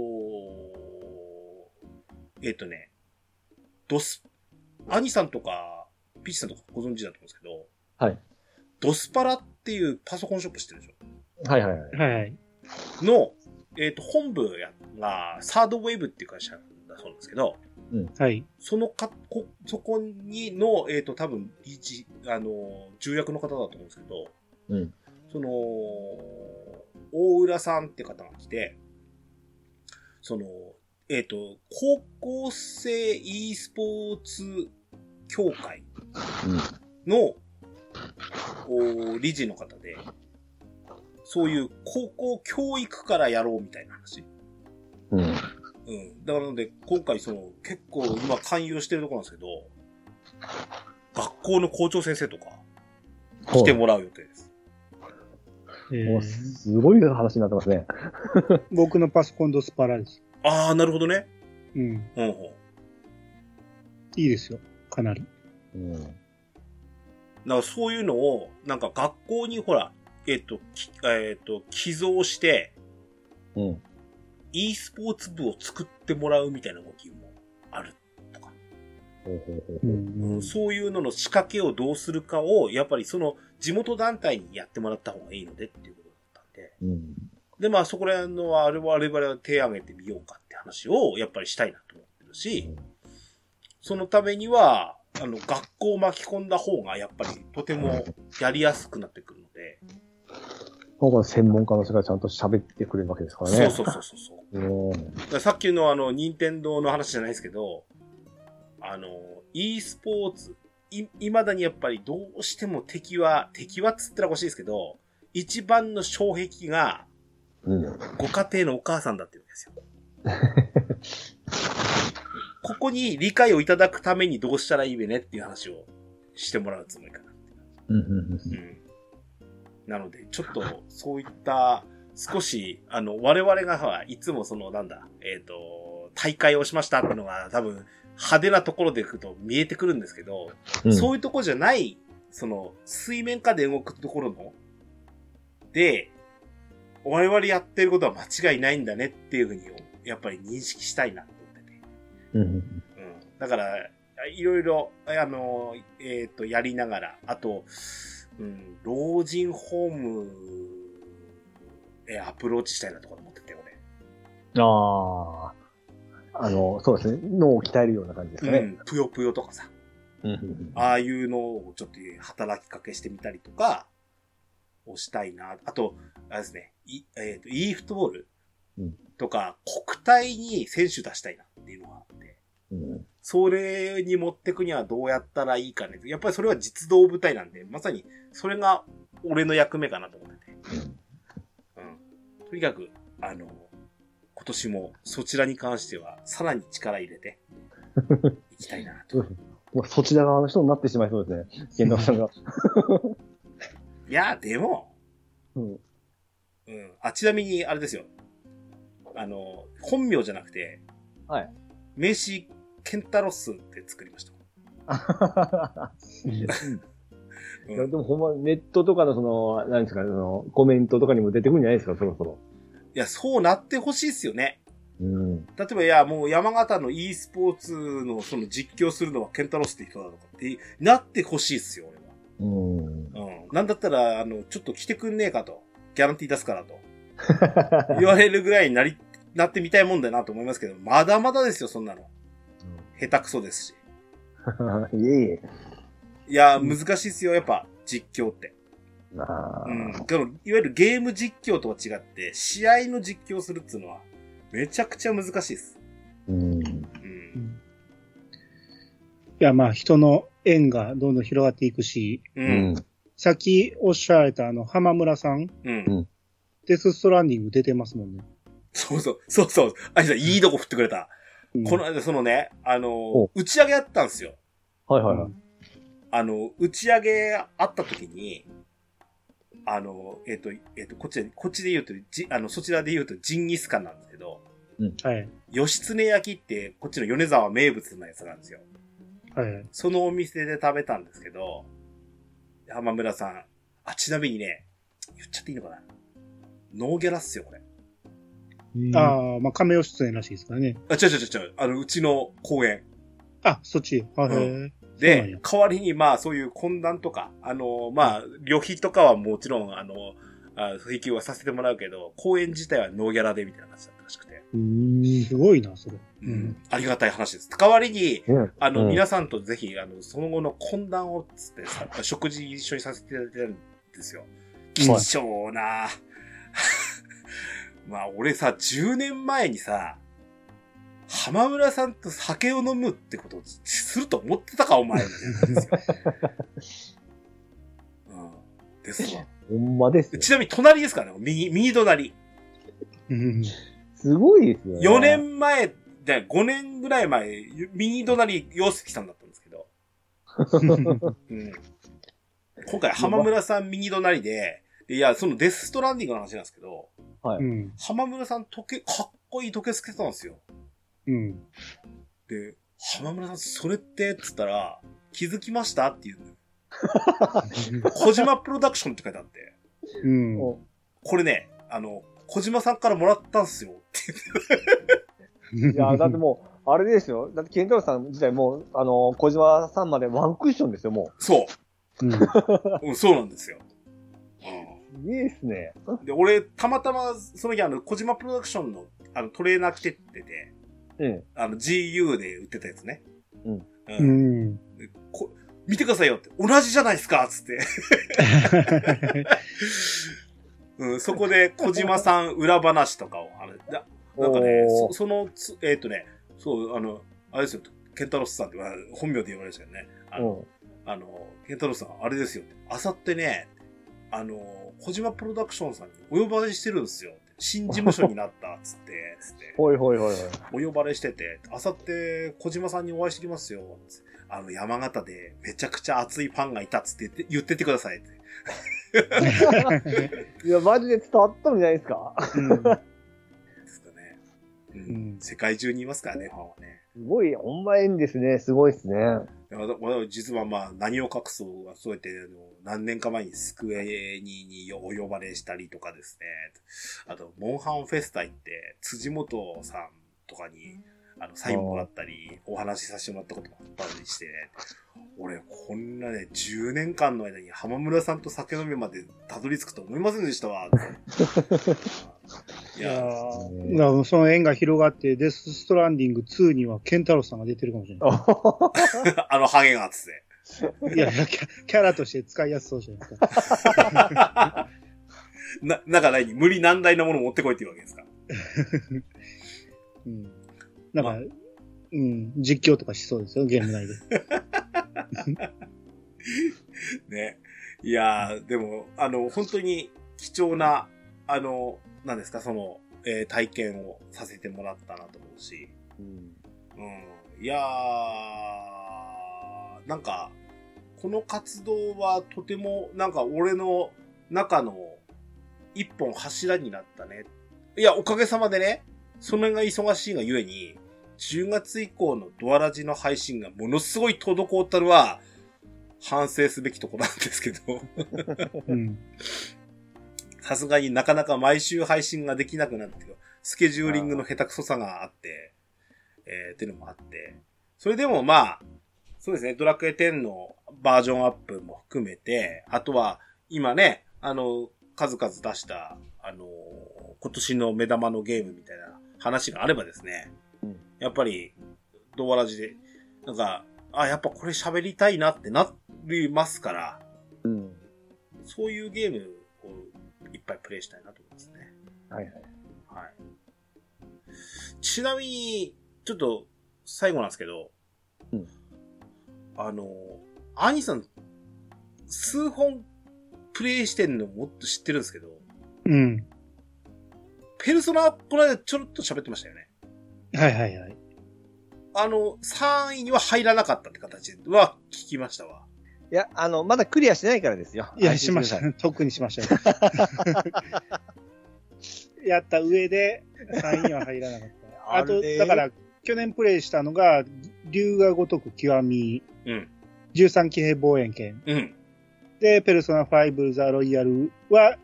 Speaker 1: えーっとね、ドス、兄さんとか、ピッチさんとかご存知だと思うんですけど、
Speaker 2: はい。
Speaker 1: ドスパラっていうパソコンショップ知ってるでしょ
Speaker 2: はいはいはい。
Speaker 3: はい。
Speaker 1: の、えっ、と、本部やが、サードウェーブっていう会社なんだそうなんですけど、
Speaker 3: はい。
Speaker 1: そのか、こ、そこにの、えっ、と、多分、理事、あの、重役の方だと思うんですけど、
Speaker 2: うん。
Speaker 1: その、大浦さんって方が来て、その、えっ、と、高校生 e スポーツ協会の、お理事の方で、そういう高校教育からやろうみたいな話。
Speaker 2: うん。うん。
Speaker 1: うん。だからなので、今回その、結構今勧誘してるところなんですけど、学校の校長先生とか来てもらう予定です。
Speaker 3: え
Speaker 2: もう
Speaker 3: ー
Speaker 2: すごい話になってますね。
Speaker 3: 僕のパソコンドスパラです。
Speaker 1: ああ、なるほどね。
Speaker 3: うん。
Speaker 1: うんうん。
Speaker 3: いいですよ。かなり。
Speaker 2: うん。
Speaker 1: だからそういうのを、なんか学校にほら、えっ、と、きえっ、と、寄贈して、
Speaker 2: うん。
Speaker 1: e スポーツ部を作ってもらうみたいな動きもあるとか。
Speaker 2: ほうほうほう
Speaker 3: うん
Speaker 1: そういうのの仕掛けをどうするかを、やっぱりその地元団体にやってもらった方がいいのでっていうことだったんで。
Speaker 2: うん。
Speaker 1: で、まあそこら辺のあれは我々は手を挙げてみようかって話をやっぱりしたいなと思ってるし、そのためには、あの、学校を巻き込んだ方がやっぱりとてもやりやすくなってくるので、
Speaker 2: なんか専門家の人がちゃんと喋ってくれるわけですからね。
Speaker 1: そうそうそうそうそう。
Speaker 2: うん。
Speaker 1: だからさっきのあの、任天堂の話じゃないですけど、あの、e スポーツ、い、未だにやっぱりどうしても敵は、敵はっつったら欲しいですけど、一番の障壁が、
Speaker 2: うん。
Speaker 1: ご家庭のお母さんだって言うんですよ。 ここに理解をいただくためにどうしたらいいべねっていう話をしてもらうつもりかな。
Speaker 2: うんうん
Speaker 1: う。ん。なので、ちょっと、そういった、少し、あの、我々がほら、いつもその、なんだ、えっ、と、大会をしましたってのが、多分、派手なところでいくと見えてくるんですけど、
Speaker 2: うん。
Speaker 1: そうういうところじゃない、その、水面下で動くところの、で、我々やってることは間違いないんだねっていうふうに、やっぱり認識したいなと思ってて。
Speaker 2: うん。
Speaker 1: うん。だから、いろいろ、あの、えっ、と、やりながら、あと、うん、老人ホームへアプローチしたいなとか思ってて、俺。
Speaker 2: ああ。あの、そうですね。脳を鍛えるような感じですか
Speaker 1: う
Speaker 2: ね。
Speaker 1: ん、ぷよぷよとかさ、
Speaker 2: うんうん
Speaker 1: ああいうのをちょっと働きかけしてみたりとか、をしたいな。あと、あれですね、いえっ、と、e フットボール
Speaker 2: うん
Speaker 1: とか、国体に選手出したいなっていうのがあって、
Speaker 2: うん。
Speaker 1: それに持ってくにはどうやったらいいかね。やっぱりそれは実動部隊なんで、まさにそれが俺の役目かなと思ってて。うん。とにかく、あの、今年もそちらに関してはさらに力入れていきたいなと。
Speaker 2: もうそちら側の人になってしまいそうですね。玄太郎さんが。
Speaker 1: いや、でも、
Speaker 2: うん。
Speaker 1: うん。あ、ちなみに、あれですよ。あの、本名じゃなくて、
Speaker 2: はい。
Speaker 1: 名刺、ケンタロスって作りました。
Speaker 2: いうや
Speaker 1: ん、い
Speaker 2: でもほんま、ネットとかのその、なんですかね、その、コメントとかにも出てくるんじゃないですか、そろそろ。
Speaker 1: や、そうなってほしいっすよね。
Speaker 2: うん。
Speaker 1: 例えば、いや、もう山形の e スポーツのその実況するのはケンタロスって人だとかって、なってほしいっすよ、
Speaker 2: うん。
Speaker 1: 俺は。うん。なんだったら、あの、ちょっと来てくんねえかと。ギャランティー出すからと。 言われるぐらいになり、なってみたいもんだなと思いますけど、まだまだですよ、そんなの。下手くそですし。
Speaker 2: いえいえ。
Speaker 1: いや、
Speaker 2: うん
Speaker 1: 難しいっすよ、やっぱ、実況って。
Speaker 2: まあ、
Speaker 1: うん。でもいわゆるゲーム実況とは違って、試合の実況するっつうのは、めちゃくちゃ難しいっす。
Speaker 2: うん。
Speaker 1: うん。
Speaker 3: いや、まあ、人の縁がどんどん広がっていくし、
Speaker 1: う。。
Speaker 2: うん
Speaker 3: さっきおっしゃられたあの、浜村さん、
Speaker 1: うん。
Speaker 3: デスストランディング出てますもんね。
Speaker 1: そうそう、そうそう。あいさん、いいとこ振ってくれた。
Speaker 3: うん
Speaker 1: この間、そのね、あの
Speaker 2: お、
Speaker 1: 打ち上げあったんですよ。
Speaker 2: はいはいはい。
Speaker 1: あの、打ち上げあった時に、あの、えっ、と、えっ、と、こっちで、こっちで言うと、じ、あの、そちらで言うとジンギスカンなんですけど、
Speaker 3: はい。
Speaker 1: 義経焼きって、こっちの米沢名物のやつなんですよ。
Speaker 3: はい。
Speaker 1: そのお店で食べたんですけど、浜村さん。あ、ちなみにね、言っちゃっていいのかなノーギャラっすよ、これ。
Speaker 3: ああ、まあ、亀尾出演らしいですからね。
Speaker 1: あ、違う違う違う違う、あの、うちの公園。
Speaker 3: あ、そっち。はい。
Speaker 1: う
Speaker 3: そうなん
Speaker 1: で
Speaker 3: や、
Speaker 1: 代わりにまあ、そういう懇談とか、あの、まあ、旅費とかはもちろん、あの、あ請求はさせてもらうけど、公園自体はノーギャラでみたいな感じだったらしくて。
Speaker 3: うん、すごいな、それ。
Speaker 1: うん。。ありがたい話です。代わりに、
Speaker 2: うん
Speaker 1: あの、
Speaker 2: うん
Speaker 1: 皆さんとぜひ、あの、その後の懇談を、つってさ、食事一緒にさせていただいてるんですよ。貴重な まあ、俺さ、10年前にさ、浜村さんと酒を飲むってことをすると思ってたか、お前。みたいなんですよ うん。ですわ。
Speaker 2: ほんまですよ。
Speaker 1: ちなみに、隣ですからね、右、右隣。
Speaker 3: うん。
Speaker 2: すごいですよ、ね。
Speaker 1: 4年前、じゃあ5年ぐらい前、右隣、洋介さんだったんですけど、うん今回、浜村さん右隣で、でいや、そのデスストランディングの話なんですけど、
Speaker 3: うん。
Speaker 1: 浜村さん時計、かっこいい時計つけてたんですよ。
Speaker 3: うん。
Speaker 1: で、浜村さん、それって、っつったら、気づきましたっていうの。小島プロダクションって書いてあって、
Speaker 3: う ん。
Speaker 2: お。
Speaker 1: これね、あの、小島さんからもらったんすよ。
Speaker 2: いや、だってもう、あれですよ。だって、健太郎さん自体もう、あの、小島さんまでワンクッションですよ、も
Speaker 1: そ
Speaker 3: うん、
Speaker 1: う。うん、そうなんですよ。うん
Speaker 2: う。すげえですね。
Speaker 1: で、俺、たまたま、その日、あの、小島プロダクションの、あの、トレーナー着てってて、
Speaker 2: うん。
Speaker 1: あの、GU で売ってたやつね。
Speaker 2: うん。
Speaker 1: う。
Speaker 3: うんん。
Speaker 1: でこ見てくださいよって、同じじゃないですかっつ って。うん、そこで、小島さん裏話とかを、あれ、だなんかね、そ
Speaker 2: おー
Speaker 1: そのつ、えっ、とね、そう、あの、あれですよ、ケンタロスさんって、まあ本名で言われましたけどね、あの、
Speaker 2: う
Speaker 1: あのケンタロスさん、あれですよ、あさってね、あの、小島プロダクションさんにお呼ばれしてるんですよ。新事務所になった、つって、つって
Speaker 2: ん。。ほいほいほいほい。
Speaker 1: お呼ばれしてて、あさって小島さんにお会いしてきますよ。つってあの、山形でめちゃくちゃ熱いファンがいたっつって言って言ってってくださいって。
Speaker 2: いや、マジで伝わったんじゃないですか。
Speaker 1: ですかね。う
Speaker 3: うん
Speaker 1: ん。世界中にいますからね、ファンはね。
Speaker 2: すごい、ほんま縁ですね。すごいですね。
Speaker 1: いやわたわた実はまあ、何を隠そう、そうやって、あの、何年か前にスクエニにお呼ばれしたりとかですね。あと、モンハンフェスタ行って、辻元さんとかに、あの、サインもらったり、お話しさせてもらったこともあったりして、俺、こんなね、10年間の間に浜村さんと酒飲みまでたどり着くと思いませんでした わ。い
Speaker 3: いや
Speaker 1: や、
Speaker 3: ー だからその縁が広がって、デス・ストランディング2にはケンタロウさんが出てるかもしれな
Speaker 2: あ
Speaker 1: あのハゲがつって。
Speaker 3: い。いやいや、キャキャラとして使いやすそうじゃないですか。
Speaker 1: な、なんか何無理難題なもの持ってこいっていうわけですか
Speaker 3: うん。なん
Speaker 1: まあ
Speaker 3: か、うん、実況とかしそうですよ、ゲーム内で。
Speaker 1: ね。いやー、でも、あの、本当に貴重な、あの、なんですか、その、えー体験をさせてもらったなと思うし、
Speaker 2: うん
Speaker 1: うん。いやー、なんか、この活動はとても、なんか俺の中の一本柱になったね。いや、おかげさまでね、それが忙しいがゆえに、10月以降のドアラジの配信がものすごい滞ったるは、反省すべきところなんですけど。
Speaker 3: うん。
Speaker 1: さすがになかなか毎週配信ができなくなってる、スケジューリングの下手くそさがあって、えー、っていうのもあって、それでもまあ、そうですね、ドラクエ10のバージョンアップも含めて、あとは、今ね、あの、数々出した、あのー、今年の目玉のゲームみたいな話があればですね、
Speaker 2: うん
Speaker 1: やっぱり、ドアラジで、なんか、あ、やっぱこれ喋りたいなってなりますから、
Speaker 2: うん。
Speaker 1: そういうゲームをいっぱいプレイしたいなと思いますね。
Speaker 2: はいはい。
Speaker 1: はい。ちなみに、ちょっと最後なんですけど、
Speaker 2: うん
Speaker 1: あの、アニさん、数本プレイしてんのもっと知ってるんですけど、
Speaker 3: うん。
Speaker 1: ペルソナ、この間ちょろっと喋ってましたよね。
Speaker 3: はいはいはい。
Speaker 1: あの、3位には入らなかったって形は聞きましたわ。
Speaker 2: いや、あの、まだクリアしてないからですよ。
Speaker 3: いや、
Speaker 2: 安
Speaker 3: し
Speaker 2: 心
Speaker 3: ま
Speaker 2: てく
Speaker 3: し
Speaker 2: だ
Speaker 3: た
Speaker 2: さい。
Speaker 3: ね。特にしましたよ。 やった上で、3位には入らなかった。あ
Speaker 2: あ
Speaker 3: と、
Speaker 2: れ
Speaker 3: だから、去年プレイしたのが、竜が如く極み、
Speaker 1: うん。
Speaker 3: 13騎兵望遠剣。
Speaker 1: うん。
Speaker 3: で、ペルソナ5ザロイヤルは、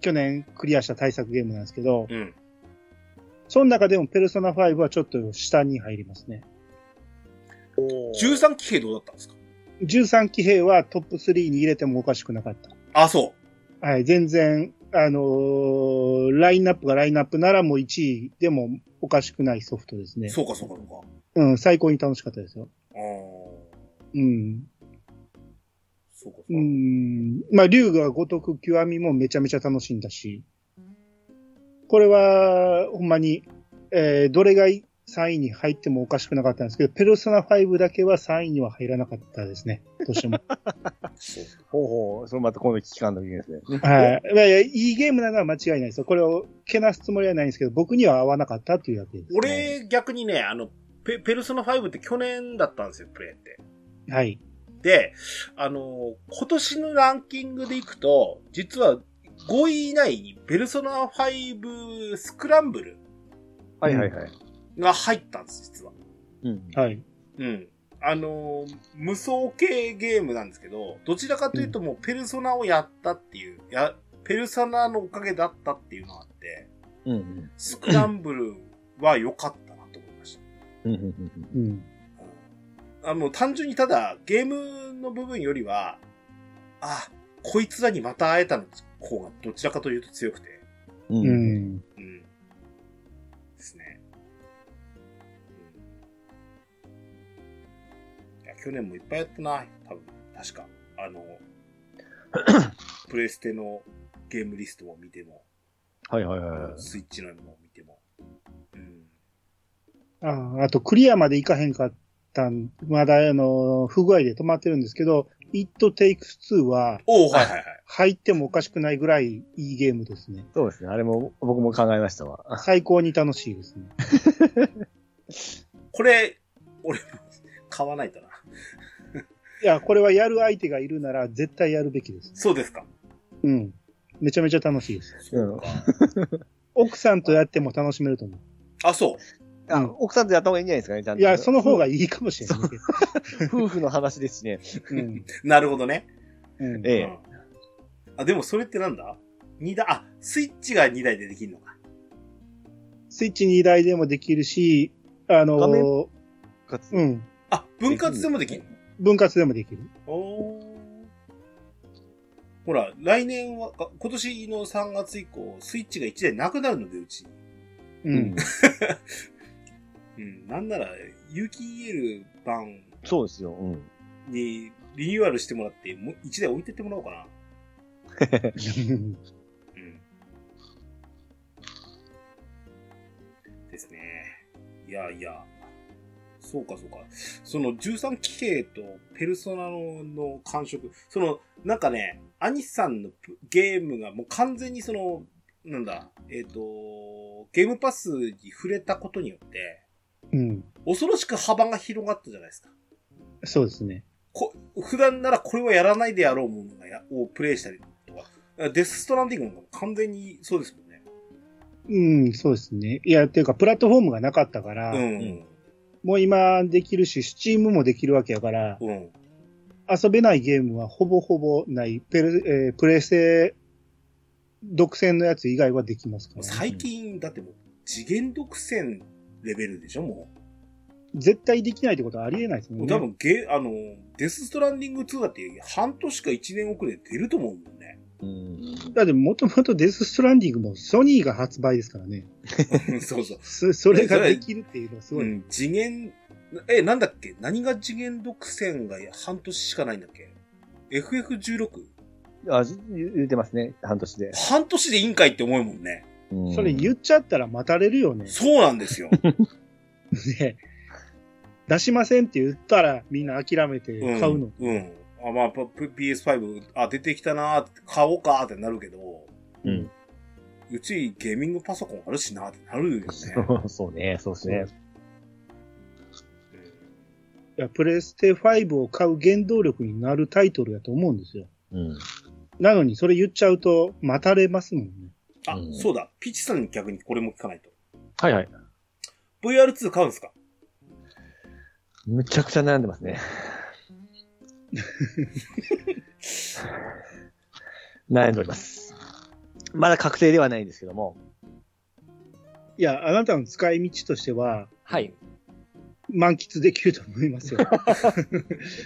Speaker 3: 去年クリアした対策ゲームなんですけど、
Speaker 1: うん。
Speaker 3: その中でもペルソナ5はちょっと下に入りますね。
Speaker 1: 13騎兵どうだったんですか
Speaker 3: 13騎兵はトップ3に入れてもおかしくなかった。
Speaker 1: あ、そ
Speaker 3: はい、全然、あのーラインナップがラインナップならもう1位でもおかしくないソフトです
Speaker 1: う。
Speaker 3: ね。
Speaker 1: そうか、そうか、そうか。
Speaker 3: うん、最高に楽しかったですよ。
Speaker 1: あー
Speaker 3: うん。
Speaker 1: そうか、そうか。
Speaker 3: うん。まあ、竜が如く極みもめちゃめちゃ楽しんだし、これは、ほんまに、えーどれが3位に入ってもおかしくなかったんですけど、ペルソナ5だけは3位には入らなかったですね。どうしても。
Speaker 2: ほうほう、それまた今度期間の時ですね。
Speaker 3: はい。いやいや、いいゲームなのは間違いないですよ。これをけなすつもりはないんですけど、僕には合わなかったというわけです、
Speaker 1: 俺、逆にね、あの、ペ、ペルソナ5って去年だったんですよ、プレイって。
Speaker 3: はい。
Speaker 1: で、あの、今年のランキングでいくと、実は5位以内にペルソナ5スクランブル
Speaker 2: はいはいはい。
Speaker 1: が入ったんです、実は。
Speaker 2: うん。
Speaker 3: はい。
Speaker 1: うん。あの、無双系ゲームなんですけど、どちらかというともうペルソナをやったっていう、や、ペルソナのおかげだったっていうのがあって、
Speaker 2: うんうん。
Speaker 1: スクランブルは良かったなと思いました。
Speaker 2: うんうんうん
Speaker 3: うん。
Speaker 1: あの、単純にただ、ゲームの部分よりは、あ、こいつらにまた会えたの方がどちらかというと強くて、
Speaker 2: うん
Speaker 3: う
Speaker 2: うん。
Speaker 3: ん。
Speaker 1: うん。ですね。うんいや、去年もいっぱいやったな、多分、確か。あ の、プレステのゲームリストを見ても、
Speaker 2: はいはいはい。
Speaker 1: スイッチのも見ても。うん。
Speaker 3: ああと、クリアまでいかへんかったん、まだ、あの、不具合で止まってるんですけど、It Takes Two は
Speaker 1: おおはいはいはい。
Speaker 3: 入ってもおかしくないぐらいいいゲームですね。
Speaker 2: そうですね。あれも僕も考えましたわ。
Speaker 3: 最高に楽しいですね。
Speaker 1: これ、俺、買わないとな。
Speaker 3: いや、これはやる相手がいるなら絶対やるべきです。
Speaker 1: そうですか。
Speaker 3: うん。めちゃめちゃ楽しいです。
Speaker 1: そうか。
Speaker 3: 奥さんとやっても楽しめると思
Speaker 1: あ、そう。
Speaker 2: あ
Speaker 3: うん
Speaker 2: 奥さんとやった方がいいんじゃないですかね、ちゃんと。
Speaker 3: いや、その方がいいかもしれない
Speaker 2: 夫婦の話ですしね。
Speaker 3: けど。うん
Speaker 1: なるほどね。
Speaker 3: うん
Speaker 2: え
Speaker 1: う
Speaker 2: え。
Speaker 1: んあ、でもそれってなんだ二台、あ、スイッチが2台でできるのか。
Speaker 3: スイッチ2台でもできるし、あの
Speaker 2: 画
Speaker 3: ー、
Speaker 2: かつ
Speaker 3: うん。
Speaker 1: あ、分割でもできる
Speaker 3: 分割でもできる。
Speaker 1: おーほら、来年は、あ今年の3月以降、スイッチが1台なくなるので、うち。
Speaker 3: う
Speaker 2: うんん。。
Speaker 1: うん、なんなら、有機 EL 版
Speaker 2: そうですよ。うん。
Speaker 1: にリニューアルしてもらって、もう1台置いてってもらおうかな。うん。ですね。いやいや。そうかそうか。その13騎兵とペルソナのの感触。その、なんかね、アニさんのプゲームがもう完全にその、なんだ、えっ、と、ゲームパスに触れたことによって、
Speaker 3: うん。
Speaker 1: 恐ろしく幅が広がったじゃないですか。
Speaker 3: そうですね。
Speaker 1: こ普段ならこれはやらないであろうものがやをプレイしたりとか、デスストランディングなんかも完全にそうですもんね。
Speaker 3: うん、そうですね。いや、っていうか、プラットフォームがなかったから、
Speaker 1: うん。
Speaker 3: もう今できるし、スチームもできるわけやから、
Speaker 1: うん。
Speaker 3: 遊べないゲームはほぼほぼない。ペルえープレステ独占のやつ以外はできますから、
Speaker 1: 最近、だってもう、次元独占レベルでしょ、も
Speaker 3: 絶対できないってことはありえないです
Speaker 1: う。も
Speaker 3: も
Speaker 1: う
Speaker 3: んね。
Speaker 1: 多分ゲ、あの、デスストランディング2だって半年か1年遅れで出ると思うもん ね。
Speaker 3: だって、もともとデスストランディングもソニーが発売ですからね。
Speaker 1: そうそう。
Speaker 3: そそれができるっていうのはすご
Speaker 1: う
Speaker 3: い。
Speaker 1: ん、次元、え、なんだっけ何が次元独占が半年しかないんだっけ ?FF16?
Speaker 2: あ、じ言ってますね。半年で。
Speaker 1: 半年でいいんかいって思うもんね。
Speaker 2: うん
Speaker 3: それ言っちゃったら待たれるよね。
Speaker 1: そうなんです よ。
Speaker 3: ね出しませんって言ったらみんな諦めて買うの。
Speaker 1: うん。うんあまあ、P- PS5、あ、出てきたなーって買おうかーってなるけど、
Speaker 2: うん。
Speaker 1: うちゲーミングパソコンあるしなーってなるよね。
Speaker 2: そうね、そうですね。
Speaker 3: いやプレステ5を買う原動力になるタイトルだと思うんですよ。
Speaker 2: うん。
Speaker 3: なのにそれ言っちゃうと待たれますもんね。
Speaker 1: あ、
Speaker 2: うん
Speaker 1: そうだ。ピッチさんに逆にこれも聞かないと。
Speaker 2: はいはい。
Speaker 1: VR2 買うんすか
Speaker 2: むちゃくちゃ悩んでますね。悩んでおります。まだ確定ではないんですけども。
Speaker 3: いや、あなたの使い道としては
Speaker 2: はい。
Speaker 3: 満喫できると思いますよ。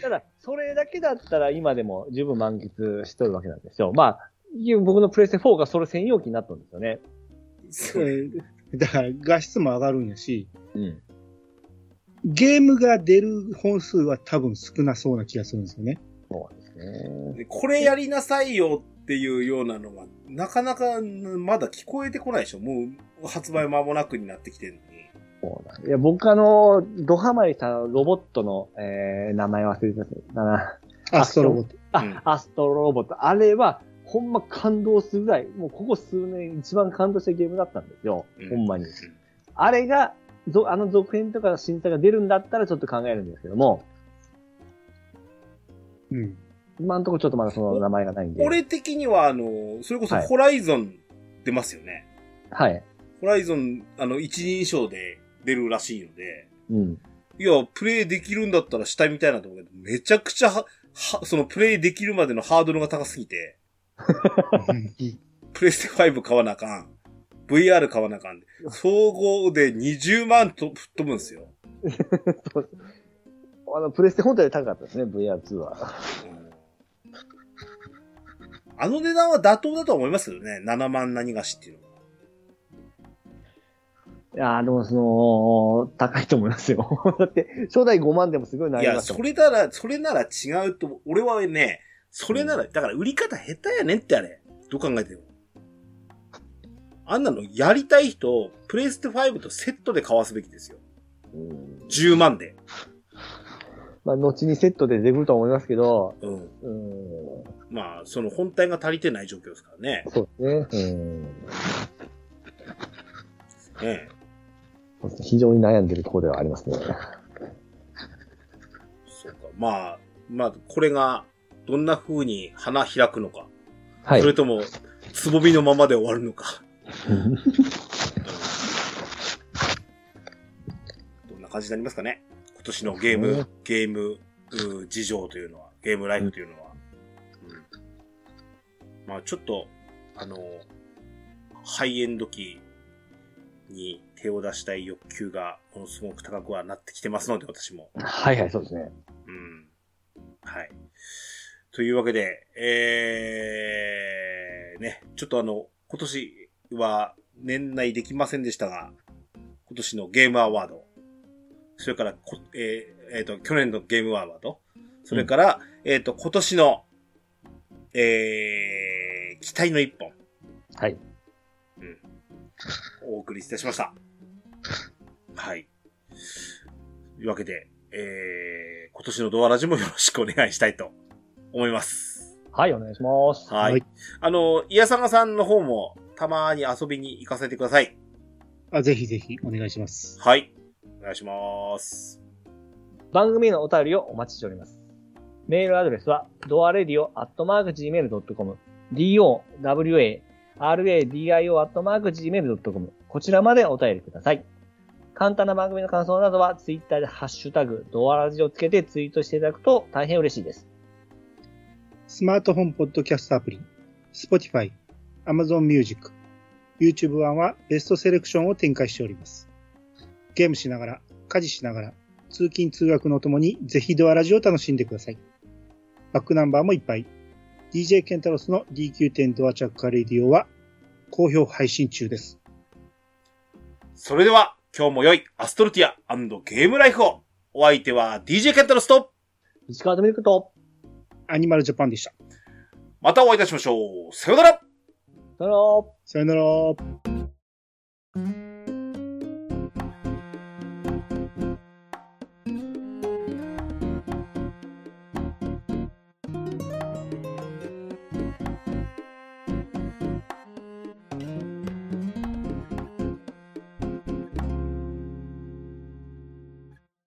Speaker 2: ただ、それだけだったら今でも十分満喫しとるわけなんですよ。まあ、いう僕のプレステ4がそれ専用機になったんですよね。
Speaker 3: えーだから画質も上がるんやし、
Speaker 2: うん。
Speaker 3: ゲームが出る本数は多分少なそうな気がするんですよね。
Speaker 2: そうなんですね。
Speaker 1: でこれやりなさいよっていうようなのが、なかなかまだ聞こえてこないでしょ。もう発売間もなくになってきてるのに。
Speaker 2: そうなんいや、僕あの、ドハマりしたロボットの、えー、名前忘れてたな。
Speaker 3: アストロボット。
Speaker 2: あ、
Speaker 1: うん
Speaker 2: アストロロボット。あれは、ほんま感動するぐらい、もうここ数年一番感動したゲームだったんですよ。
Speaker 1: うん
Speaker 2: ほんまに。あれが、ぞあの続編とか新作が出るんだったらちょっと考えるんですけども、
Speaker 3: うん。
Speaker 2: 今のところちょっとまだその名前がないんで。
Speaker 1: 俺的には、あの、それこそ
Speaker 2: はい
Speaker 1: ホライゾン出ますよね。
Speaker 2: はい。
Speaker 1: ホライゾン、あの、一人称で出るらしいので、
Speaker 2: うん。
Speaker 1: いや、プレイできるんだったらしたいみたいなと思うけど、めちゃくちゃは、は、そのプレイできるまでのハードルが高すぎて、プレステ5買わなあかん。VR 買わなあかん。総合で20万と吹っ飛ぶんですよ。
Speaker 2: あの、プレステ本体で高かったですね、VR2 は。
Speaker 1: うんあの値段は妥当だとは思いますよね。7万何がしっていうのは。
Speaker 2: いやーでもその、高いと思いますよ。 だって、初代5万でもすごい悩
Speaker 1: い
Speaker 2: みま
Speaker 1: や、
Speaker 2: した
Speaker 1: そ
Speaker 2: もん。
Speaker 1: れなら、それなら違うと、俺はね、それなら、だから売り方下手やねんってあれ。どう考えても。あんなのやりたい人、プレイステ5とセットで買わすべきですよ。
Speaker 2: うん
Speaker 1: 10万で。
Speaker 2: まあ、後にセットで出てくるとは思いますけど、
Speaker 1: うん。
Speaker 2: うん。
Speaker 1: まあ、その本体が足りてない状況ですからね。
Speaker 2: そうですね。うん。
Speaker 1: ええ。
Speaker 2: 非常に悩んでるところではありますね。
Speaker 1: そうか。まあ、まあ、これが、どんな風に花開くのか。
Speaker 2: はい
Speaker 1: そ。れとも、つぼみのままで終わるのか。感じになりますかね。今年のゲーム、ゲーム、うー事情というのは、ゲームライフというのは。うんまあちょっと、あの、ハイエンド期に手を出したい欲求がものすごく高くはなってきてますので、私も。
Speaker 2: はいはい、そうですね。
Speaker 1: うん。はい。というわけで、えー、ね、ちょっとあの、今年は年内できませんでしたが、今年のゲームアワード、それからこ、えーえーと、去年のゲームアワード、それから、えっ、と、今年の、えー、期待の一本、
Speaker 2: はい。
Speaker 1: お送りいたしました。はい。というわけで、えー、今年のドアラジもよろしくお願いしたいと思います。
Speaker 2: はい、お願いします。
Speaker 1: はい。
Speaker 3: はい
Speaker 1: あの、イヤサガさんの方もたまに遊びに行かせてください。
Speaker 3: あ、ぜひぜひお願いします。
Speaker 1: はい。お願いします。
Speaker 2: 番組へのお便りをお待ちしております。メールアドレスは、doaradio.gmail.com、dowa.radio.gmail.com、こちらまでお便りください。簡単な番組の感想などは、ツイッターでハッシュタグ、ドアラジをつけてツイートしていただくと大変嬉しいです。
Speaker 3: スマートフォンポッドキャストアプリ、Spotify、Amazon Music、YouTube 版はベストセレクションを展開しております。ゲームしながら、家事しながら、通勤通学のともにぜひドアラジを楽しんでください。バックナンバーもいっぱい。DJ ケンタロスの DQ10 ドアチャッカーレディオは好評配信中です。
Speaker 1: それでは、今日も良いアストルティアゲームライフをお相手は DJ ケンタロスと、
Speaker 2: 石川とミルクと、
Speaker 3: アニマルジャパンでした。
Speaker 1: またお会いいたしましょう。さようなら
Speaker 2: その、
Speaker 3: さよなら。
Speaker 4: 「